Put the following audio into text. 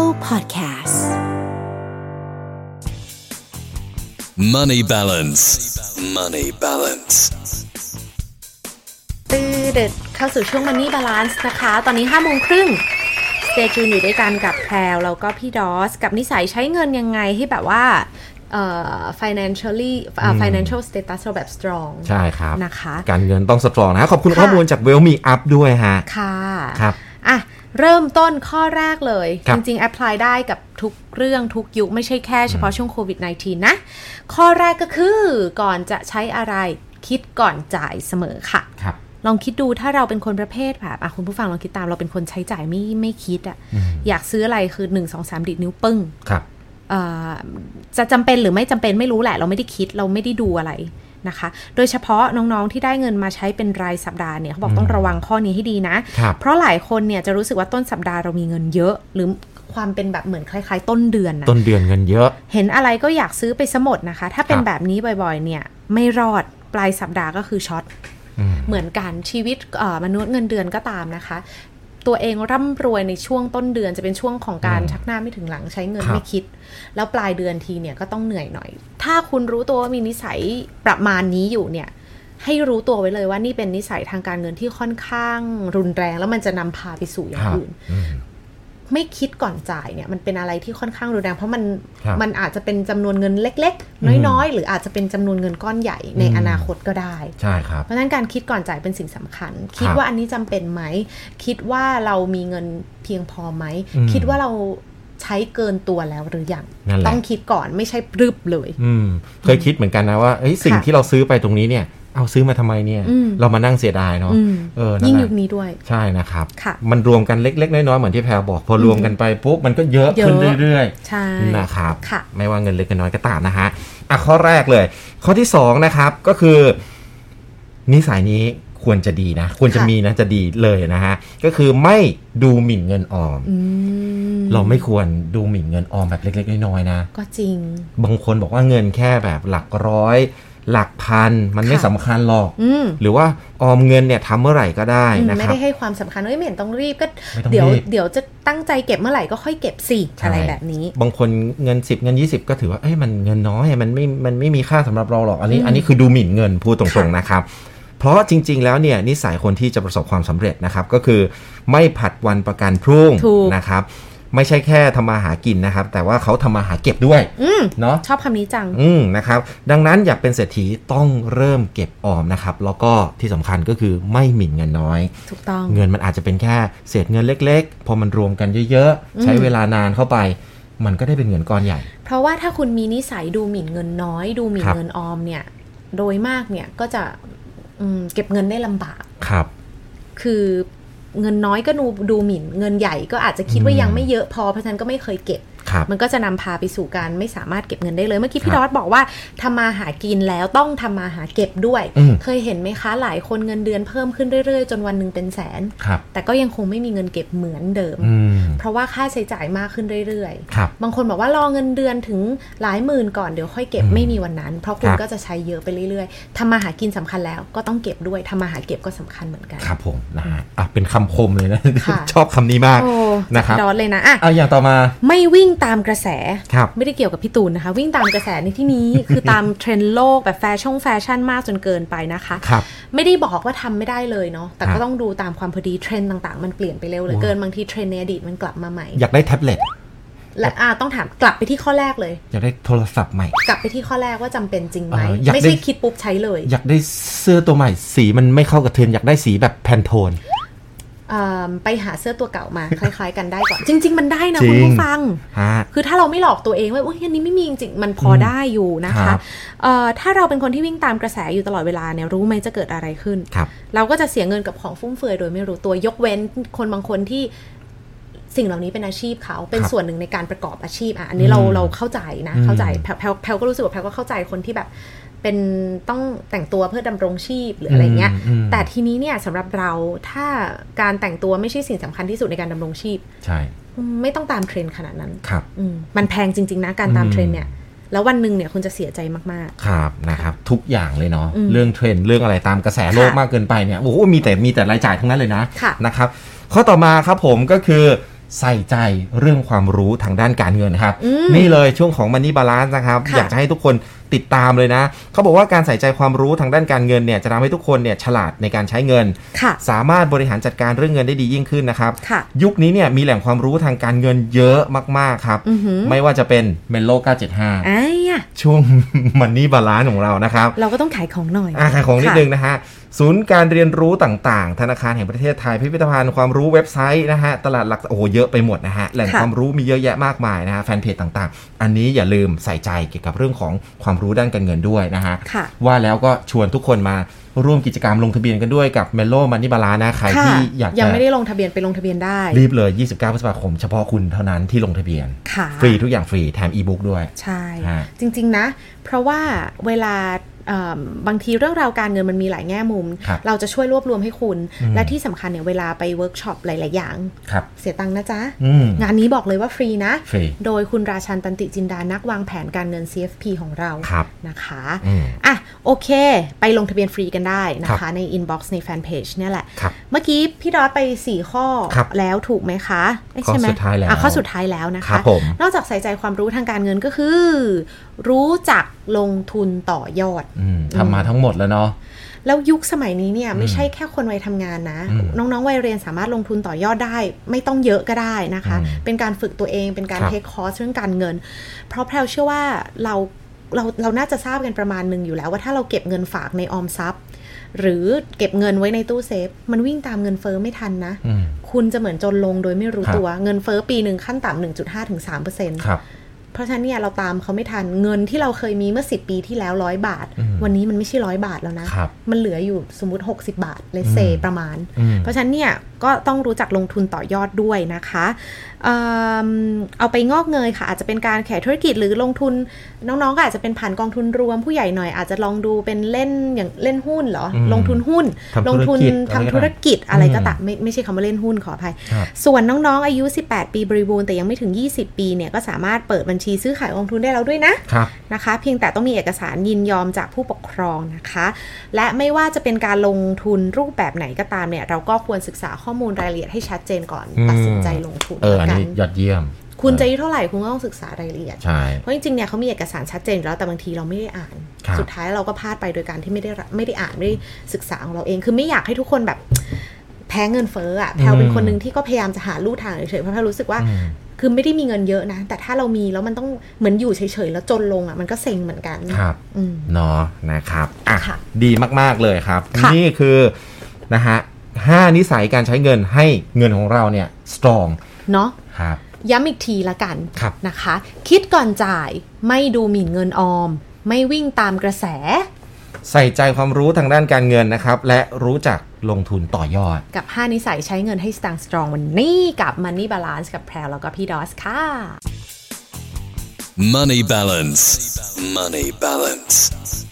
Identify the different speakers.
Speaker 1: Podcasts.
Speaker 2: Money balance. Money balance.
Speaker 1: ตื่นเด็ดเข้าสู่ช่วง Money Balance นะคะ ตอนนี้5โมงครึ่งเจจูนอยู่ด้วยกันกับแพรวแล้วก็พี่ดอส กับนิสัยใช้เงินยังไงให้แบบว่าเอ่อ financially เอ่อ financial status เราแบบ strong
Speaker 3: ใช่ครับ
Speaker 1: นะคะ
Speaker 3: การเงินต้องสตรองนะขอบคุณ
Speaker 1: ค่ะ
Speaker 3: ข้อมูลจากเวลมีอัพด้วยฮะ
Speaker 1: ค่ะ
Speaker 3: ครับ
Speaker 1: อ่ะ เริ่มต้นข้อแรกเลย
Speaker 3: ครั
Speaker 1: จ
Speaker 3: บ
Speaker 1: ริงๆ apply ได้กับทุกเรื่องทุกยุค ไม่ใช่แค่เฉพาะช่วงโควิด -19 นะ ข้อแรกก็คือก่อนจะใช้อะไรคิดก่อนจ่ายเสมอค่ะ
Speaker 3: ครับ
Speaker 1: ลองคิดดูถ้าเราเป็นคนประเภทแบบอ่ะคุณผู้ฟังลองคิดตามเราเป็นคนใช้จ่ายไม่ไม่คิดอะ่ะ
Speaker 3: อืม
Speaker 1: อยากซื้ออะไรคือหนึ่งสองสามดิดนิ้วปึ้ง
Speaker 3: ครับ
Speaker 1: เอ่อจะจำเป็นหรือไม่จำเป็นไม่รู้แหละ เราไม่ได้คิดเราไม่ได้ดูอะไรนะคะ โดยเฉพาะน้องๆที่ได้เงินมาใช้เป็นรายสัปดาห์เนี่ยเขาบอกต้องระวังข้อนี้ให้ดีนะ
Speaker 3: ครับ
Speaker 1: เพราะหลายคนเนี่ยจะรู้สึกว่าต้นสัปดาห์เรามีเงินเยอะ หรือความเป็นแบบเหมือนคล้าย ๆ ต้นเดือนนะ
Speaker 3: ต้นเดือนเงินเยอะ
Speaker 1: เห็นอะไรก็อยากซื้อไปซะหมดนะคะ ถ้าเป็น
Speaker 3: ครับ
Speaker 1: แบบนี้บ่อยๆ เนี่ยไม่รอดปลายสัปดาห์ก็คือช็อต
Speaker 3: อืม
Speaker 1: เหมือนกันชีวิตเอ่อมนุษย์เงินเดือนก็ตามนะคะ ตัวเองร่ำรวยในช่วงต้นเดือนจะเป็นช่วงของการ
Speaker 3: อืม
Speaker 1: ชักหน้าไม่ถึงหลังใช้เงิน
Speaker 3: ครับ
Speaker 1: ไม่คิด แล้วปลายเดือนทีเนี่ยก็ต้องเหนื่อยหน่อย ถ้าคุณรู้ตัวว่ามีนิสัยประมาณนี้อยู่เนี่ย ให้รู้ตัวไว้เลยว่านี่เป็นนิสัยทางการเงินที่ค่อนข้างรุนแรง แล้วมันจะนำพาไปสู่อย่า
Speaker 3: ค
Speaker 1: ง
Speaker 3: รับ
Speaker 1: อื่น
Speaker 3: อืม
Speaker 1: ไม่คิดก่อนจ่ายเนี่ยมันเป็นอะไรที่ค่อนข้างรุนแรงเพราะมัน
Speaker 3: ครับ
Speaker 1: มันอาจจะเป็นจำนวนเงินเล็ก
Speaker 3: อืม
Speaker 1: ๆ น้อยๆ หรืออาจจะเป็นจำนวนเงินก้อนใหญ่ใน
Speaker 3: อืม
Speaker 1: อนาคตก็ได้
Speaker 3: ใช่ครับ
Speaker 1: เพราะฉะนั้นการคิดก่อนจ่ายเป็นสิ่งสำคัญ คิด
Speaker 3: ครับ
Speaker 1: ว่าอันนี้จำเป็นไหม คิดว่าเรามีเงินเพียงพอไหม
Speaker 3: อืม
Speaker 1: คิดว่าเราใช้เกินตัวแล้วหรือยัง
Speaker 3: นั่นแหละ
Speaker 1: ต้องคิดก่อนไม่ใช่ปรึบเลย
Speaker 3: อืม เคยคิดเหมือนกันนะว่าเอ้ยสิ่ง
Speaker 1: ค่ะ
Speaker 3: ที่เราซื้อไปตรงนี้เนี่ย เอาซื้อมาทำไมเนี่ย
Speaker 1: อืม
Speaker 3: เรามานั่งเสียดายเนาะ
Speaker 1: อืม
Speaker 3: เออนั่น
Speaker 1: ยิ่ง
Speaker 3: แหละ
Speaker 1: ยุคนี้ด้วย
Speaker 3: ใช่นะครับ
Speaker 1: ค่ะ
Speaker 3: มันรวมกันเล็ก ๆ น้อยๆเหมือนที่แพรบอก พอรวมกันไปปุ๊บมันก็เยอะขึ้น
Speaker 1: เยอะ
Speaker 3: เรื่อยๆ
Speaker 1: ใช่
Speaker 3: นะครับ
Speaker 1: ค่ะ
Speaker 3: ไม่ว่าเงินเล็กเงินน้อยก็ตามนะฮะอ่ะข้อแรกเลย ข้อที่สองนะครับก็คือ นิสัยนี้ควรจะดีนะ ควรจะมีนะจะดีเลยนะฮะก็คือไม่ดูหมิ่นเงินออม
Speaker 1: อืม
Speaker 3: เราไม่ควรดูหมิ่นเงินออมแบบเล็กๆน้อยๆนะ
Speaker 1: ก็จริง
Speaker 3: บางคนบอกว่าเงินแค่แบบหลักร้อย หลักพัน มันไม่
Speaker 1: ค่ะ
Speaker 3: สำคัญหรอก
Speaker 1: อืม
Speaker 3: หรือว่าออมเงินเนี่ยทำเมื่อไหร่ก็ได้
Speaker 1: อืม
Speaker 3: นะ
Speaker 1: ไม่
Speaker 3: ครับ
Speaker 1: ได้ให้ความสำคัญเอ้ยไม่เห็นต้องรีบก็
Speaker 3: ไม่ต้องรีบ
Speaker 1: เดี๋ยวเดี๋ยวจะตั้งใจเก็บเมื่อไหร่ก็ค่อยเก็บสิ
Speaker 3: ใช่
Speaker 1: อะไรแบบนี้
Speaker 3: บางคนเงิน 10 เงิน 20 ก็ถือว่าเอ้ยมันเงินน้อยมันไม่มันไม่มีค่าสำหรับเราหรอกอันนี้
Speaker 1: อืม
Speaker 3: อันนี้คือดูหมิ่นเงินพูดตร
Speaker 1: ค่ะ
Speaker 3: งๆนะครับ เพราะจริง ๆ แล้วเนี่ยนิสัยคนที่จะประสบความสำเร็จนะครับ ก็คือไม่ผัดวันประกันพรุ่งนะครับ ไม่ใช่แค่ทำมาหากินนะครับ แต่ว่าเขาทำมาหาเก็บด้วย
Speaker 1: อืม
Speaker 3: เนาะ
Speaker 1: ชอบคำนี้จัง
Speaker 3: อืมนะครับ ดังนั้นอยากเป็นเศรษฐีต้องเริ่มเก็บออมนะครับ แล้วก็ที่สำคัญก็คือไม่หมิ่นเงินน้อย
Speaker 1: ถูกต้อง
Speaker 3: เงินมันอาจจะเป็นแค่เศษเงินเล็ก ๆ พอมันรวมกันเยอะๆ ใช้เวลานานเข้าไป มันก็ได้เป็นเงินก้อนใหญ่
Speaker 1: เพราะว่าถ้าคุณมีนิสัยดูหมิ่นเงินน้อย ดูหมิ่น
Speaker 3: ครับ
Speaker 1: เงินออมเนี่ย โดยมากเนี่ยก็จะอืมเก็บเงินได้ลำบาก
Speaker 3: ครับ
Speaker 1: คือเงินน้อยก็ดูดูหมิ่น เงินใหญ่ก็อาจจะคิดว่ายังไม่เยอะพอเพราะฉะนั้นก็ไม่เคยเก็บ
Speaker 3: ครับ
Speaker 1: มันก็จะนำพาไปสู่การไม่สามารถเก็บเงินได้เลย เมื่อกี้พี่
Speaker 3: ครั
Speaker 1: ด
Speaker 3: บ
Speaker 1: อสบอกว่าทำมาหากินแล้วต้องทำมาหาเก็บด้วย
Speaker 3: อืม
Speaker 1: เคยเห็นไหมคะหลายคนเงินเดือนเพิ่มขึ้นเรื่อยๆ จนวันหนึ่งเป็นแสน
Speaker 3: ครับ
Speaker 1: แต่ก็ยังคงไม่มีเงินเก็บเหมือนเดิม
Speaker 3: อืม
Speaker 1: เพราะว่าค่าใช้จ่ายมากขึ้นเรื่อยๆ
Speaker 3: ครับ
Speaker 1: บางคนบอกว่ารอเงินเดือนถึงหลายหมื่นก่อนเดี๋ยวค่อยเก็บ
Speaker 3: อืม
Speaker 1: ไม่มีวันนั้น เพราะคุณ
Speaker 3: ครับ
Speaker 1: ก็จะใช้เยอะไปเรื่อยๆทำมาหากินสำคัญแล้วก็ต้องเก็บด้วยทำมาหาเก็บก็สำคัญเหมือนกัน
Speaker 3: ครับผมนะฮะอ่ะเป็นคำคมเลยนะ
Speaker 1: ค่ะ
Speaker 3: ชอบคำนี้มาก
Speaker 1: โอ้
Speaker 3: นะครับ
Speaker 1: ดอดเลยนะอ่ะ
Speaker 3: เอาอย่างต่อมา
Speaker 1: ไม่วิ่งตามกระแส
Speaker 3: ครับ
Speaker 1: ไม่ได้เกี่ยวกับพี่ตูนนะคะ วิ่งตามกระแสในที่นี้ คือตามเทรนด์โลกแบบแฟชั่นแฟชั่นมากจนเกินไปนะคะ
Speaker 3: ครับ
Speaker 1: ไม่ได้บอกว่าทำไม่ได้เลยเนาะแต่
Speaker 3: ครั
Speaker 1: ก็
Speaker 3: บ
Speaker 1: ต้องดูตามความพอดีเทรนด์ต่างๆ มันเปลี่ยนไปเร็วเหลือเกินบางทีเทรนด์ในอดีตมันกลับมาใหม่
Speaker 3: อยากได้แท็บเล็ต
Speaker 1: และอ่ะต้องถามกลับไปที่ข้อแรกเลย
Speaker 3: อยากได้โทรศัพท์ใหม่
Speaker 1: กลับไปที่ข้อแรกว่าจำเป็นจริงไหม
Speaker 3: เอออยากได้
Speaker 1: ไม่ใช่คิดปุ๊บใช้เลย
Speaker 3: อยากได้เสื้อตัวใหม่ สีมันไม่เข้ากับเทรนด์อยากได้สีแบบแพนโทน
Speaker 1: เอิ่มไปหาเสื้อตัวเก่ามา คล้าย ๆ กันได้ก่อน จริง ๆ มันได้นะ
Speaker 3: จริง
Speaker 1: คุณผู้ฟัง
Speaker 3: ฮะ
Speaker 1: คือถ้าเราไม่หลอกตัวเองว่าอุ้ยอันนี้ไม่มีจริงๆมันพออ
Speaker 3: ม
Speaker 1: ได้อยู่นะ
Speaker 3: ค
Speaker 1: คะ
Speaker 3: รับ
Speaker 1: เอ่อถ้าเราเป็นคนที่วิ่งตามกระแสอยู่ตลอดเวลาเนี่ยรู้ไหมจะเกิดอะไรขึ้น
Speaker 3: ครับ
Speaker 1: เราก็จะเสียเงินกับของฟุ่มเฟือยโดยไม่รู้ตัวยกเว้นคนบางคนที่สิ่งเหล่านี้เป็นอาชีพเขาเป็น
Speaker 3: ครับ
Speaker 1: ส่วนหนึ่งในการประกอบอาชีพอ่ะอันนี้เรา
Speaker 3: อืม
Speaker 1: เราเข้าใจนะ
Speaker 3: อืม
Speaker 1: เข้าใจแพลวแพลวแพลวก็รู้สึกว่าแพลวก็เข้าใจคนที่แบบ เป็นต้องแต่งตัวเพื่อดำรงชีพหรืออะไรเงี้ย
Speaker 3: อืมอืม
Speaker 1: แต่ทีนี้เนี่ยสำหรับเราถ้าการแต่งตัวไม่ใช่สิ่งสำคัญที่สุดในการดำรงชีพ
Speaker 3: ใช่
Speaker 1: ไม่ต้องตามเทรนด์ขนาดนั้น
Speaker 3: ครับ
Speaker 1: อืมมันแพงจริง ๆ นะการตาม
Speaker 3: อืม
Speaker 1: เทรนด์เนี่ย แล้ววันหนึ่งเนี่ยคุณจะเสียใจมาก
Speaker 3: ครับนะครับ ทุกอย่างเลยเนาะ
Speaker 1: อืม
Speaker 3: เรื่องเทรนด์เรื่องอะไรตามกระแสโลก
Speaker 1: ค่ะ
Speaker 3: มากเกินไปเนี่ยโอ้โหมีแต่มีแต่รายจ่ายทั้งนั้นเลยนะ
Speaker 1: ค่ะ
Speaker 3: นะครับ ข้อต่อมาครับผมก็คือ ใส่ใจเรื่องความรู้ทางด้านการเงินนะครับ
Speaker 1: อืม
Speaker 3: นี่เลยช่วงของ Money Balance นะครับ
Speaker 1: ค่ะ
Speaker 3: อยากจะให้ทุกคนติดตามเลยนะ เขาบอกว่าการใส่ใจความรู้ทางด้านการเงินเนี่ยจะทำให้ทุกคนเนี่ยฉลาดในการใช้เงิน
Speaker 1: ค่ะ
Speaker 3: สามารถบริหารจัดการเรื่องเงินได้ดียิ่งขึ้นนะครับ
Speaker 1: ค่ะ
Speaker 3: ยุคนี้เนี่ยมีแหล่งความรู้ทางการเงินเยอะมาก ๆ ครับ
Speaker 1: อือหือ
Speaker 3: ไม่ว่าจะเป็นเมนโล
Speaker 1: ไอ้ยะ
Speaker 3: 975 ช่วง มันนี่บาลานของเรานะครับ
Speaker 1: เราก็ต้องขายของหน่อย
Speaker 3: อาขายของนิด
Speaker 1: ค่ะ
Speaker 3: นึงนะฮะ ศูนย์การเรียนรู้ต่างๆ ธนาคารแห่งประเทศไทย พิพิธภัณฑ์ความรู้เว็บไซต์นะฮะ ตลาดหลัก โอ้โห เยอะไปหมดนะฮะ แหล่ง
Speaker 1: ค่ะ
Speaker 3: ความรู้มีเยอะแยะมากมายนะฮะ แฟนเพจต่างๆ อันนี้อย่าลืมใส่ใจเกี่ยวกับเรื่องของความรู้ด้านการเงินด้วยนะฮะ
Speaker 1: ค่ะ
Speaker 3: ว่าแล้วก็ชวนทุกคนมาร่วมกิจกรรมลงทะเบียนกันด้วยกับ m e l o Money Bala นะใคร
Speaker 1: ค่ะ
Speaker 3: ที่อยาก
Speaker 1: ยัง
Speaker 3: จะ
Speaker 1: ไม่ได้ลงทะเบียนไปลงทะเบียนได้
Speaker 3: รีบเลย 29 พฤษภาคม เฉพาะคุณเท่านั้นที่ลงทะเบียน
Speaker 1: ค่ะ
Speaker 3: ฟรีทุกอย่างฟรี แถมอีบุ๊กด้วย
Speaker 1: ใช่
Speaker 3: ฮะ
Speaker 1: จริง ๆ นะ เพราะว่าเวลาเอิ่มบางทีเรื่องราวการเงินมันมีหลายแง่มุม
Speaker 3: ครับ
Speaker 1: เราจะช่วยรวบรวมให้คุณ
Speaker 3: อืม
Speaker 1: และที่สำคัญเนี่ยเวลาไปเวิร์กช็อปหลาย ๆ อย่าง
Speaker 3: ครับ
Speaker 1: เสียตังค์นะจ๊ะ
Speaker 3: อืม
Speaker 1: งานนี้บอกเลยว่าฟรีนะ
Speaker 3: ฟรี
Speaker 1: โดยคุณราชันตันติจินดานักวางแผนการเงิน CFP ของเรา
Speaker 3: ครับ
Speaker 1: นะคะ
Speaker 3: อืม
Speaker 1: อ่ะโอเค ไปลงทะเบียนฟรีกันได้นะ
Speaker 3: ครั
Speaker 1: คะ
Speaker 3: บ
Speaker 1: ใน inbox ในแฟนเพจเนี่ยแหละ
Speaker 3: ครับ
Speaker 1: เมื่อกี้พี่ดอสไป 4 ข้อ
Speaker 3: ครับ
Speaker 1: แล้วถูกไหมคะเะ
Speaker 3: ข้อ
Speaker 1: ใช่ไหม
Speaker 3: สุดท้ายแล้ว
Speaker 1: อ่ะข้อสุดท้ายแล้วนะ
Speaker 3: ครั
Speaker 1: คะ
Speaker 3: บผม
Speaker 1: นอกจากใส่ใจความรู้ทางการเงินก็คือ รู้จักลงทุนต่อยอด
Speaker 3: อืมทำมาทั้งหมดแล้วเนาะ
Speaker 1: แล้วยุคสมัยนี้เนี่ย
Speaker 3: อืม
Speaker 1: ไม่ใช่แค่คนวัยทำงานนะ
Speaker 3: อืม
Speaker 1: น้องๆวัยเรียนสามารถลงทุนต่อยอดได้ ไม่ต้องเยอะก็ได้นะคะ
Speaker 3: อืม
Speaker 1: เป็นการฝึกตัวเองเป็นการ
Speaker 3: ครับ
Speaker 1: เทคคอร์สเรื่องการเงิน เพราะแพรวเชื่อว่าเราเราเราน่าจะทราบกันประมาณหนึ่งอยู่แล้ว ว่าถ้าเราเก็บเงินฝากในออมทรัพย์ หรือเก็บเงินไว้ในตู้เซฟ มันวิ่งตามเงินเฟ้อไม่ทันนะ
Speaker 3: อืม
Speaker 1: คุณจะเหมือนจนลงโดยไม่รู้
Speaker 3: ครับ
Speaker 1: ตัวเงินเฟ้อปีหนึ่งขั้นต่ำ1.5ถึง3เปอร์เซ็นต์
Speaker 3: ครับ
Speaker 1: เพราะฉะนั้นเนี่ยเราตามเขาไม่ทันเงินที่เราเคยมีเมื่อ 10 ปีที่แล้วร้อยบาท
Speaker 3: อืม
Speaker 1: วันนี้มันไม่ใช่ร้อยบาทแล้วนะ
Speaker 3: ครับ
Speaker 1: มันเหลืออยู่สมมติ 60 บาทเลเซ
Speaker 3: อืม
Speaker 1: ประมาณ
Speaker 3: อืม
Speaker 1: เพราะฉะนั้นเนี่ยก็ต้องรู้จักลงทุนต่อยอดด้วยนะคะเอิ่มเอาไปงอกเงยค่ะ อาจจะเป็นการแข่ธุรกิจหรือลงทุนน้องๆก็อาจจะเป็นผ่านกองทุนรวมผู้ใหญ่หน่อยอาจจะลองดูเป็นเล่นอย่างเล่นหุ้นเหรอ
Speaker 3: อืม
Speaker 1: ลงทุนหุ้น
Speaker 3: ทำ
Speaker 1: ล
Speaker 3: ธุรกิจ
Speaker 1: งทุนทำธุรกิจ
Speaker 3: อะ
Speaker 1: อะไร ไร
Speaker 3: ก็
Speaker 1: ก็
Speaker 3: ตา
Speaker 1: ตาม มไม่ไม่ใช่คำว่าเล่นหุ้นขออภัย
Speaker 3: ครับ
Speaker 1: ส่วนน้องๆอายุ 18 ปีบริบูรณ์แต่ยังไม่ถึง 20 ปีเนี่ยก็สามารถเปิดบัญชีซื้อขายกองทุนได้แล้วด้วยนะ
Speaker 3: ครับ
Speaker 1: นะคะเพียงแต่ต้องมีเอกสารยินยอมจากผู้ปกครองนะคะ และไม่ว่าจะเป็นการลงทุนรูปแบบไหนก็ตามเนี่ย เราก็ควรศึกษาข้อมูลรายละเอียดให้ชัดเจนก่อน
Speaker 3: อืม
Speaker 1: ตัดสินใจลงทุน
Speaker 3: เออ อัน
Speaker 1: กั
Speaker 3: นี้ยอดเยี่ยม
Speaker 1: คุณจะอายุเท่าไหร่คุณก็ต้องศึกษารายละเอียด
Speaker 3: ใช่
Speaker 1: เพราะจริงๆเนี่ยเขามีเอกสารชัดเจนอยู่แล้วแต่บางทีเราไม่ได้อ่าน
Speaker 3: ครับ
Speaker 1: สุดท้ายเราก็พลาดไปโดยการที่ไม่ได้รับไม่ได้อ่านไม่ได้ศึกษาของเราเอง คือไม่อยากให้ทุกคนแบบแพ้เงินเฟ้ออะแพลวเป็นคนหนึ่งที่ก็พยายามจะหาลู่ทางเฉยๆเพราะแพลวรู้สึกว่า
Speaker 3: อืม
Speaker 1: คือไม่ได้มีเงินเยอะนะ แต่ถ้าเรามีแล้วมันต้องเหมือนอยู่เฉยๆ แล้วจนลงอ่ะมันก็เซ็งเหมือนกัน
Speaker 3: ครับ
Speaker 1: อืม
Speaker 3: เนาะนะครับอ่ะ
Speaker 1: ค่ะ
Speaker 3: ดีมาก ๆ เลยครับ
Speaker 1: ค่ะ
Speaker 3: นี่คือนะฮะห้านิสัยการใช้เงินให้เงินของเราเนี่ย strong
Speaker 1: เนาะ
Speaker 3: ครับ
Speaker 1: ย้ำอีกทีละกัน
Speaker 3: ครับ
Speaker 1: นะคะ คิดก่อนจ่ายไม่ดูหมิ่นเงินออม ไม่วิ่งตามกระแส
Speaker 3: ใส่ใจความรู้ทางด้านการเงินนะครับ และรู้จักลงทุนต่อยอด
Speaker 1: กับ 5 นิสัยใช้เงินให้สตางค์สตรองวันนี้กับ Money Balance กับแพรวแล้วก็พี่ดอสค่ะ
Speaker 2: Money balance. Money balance.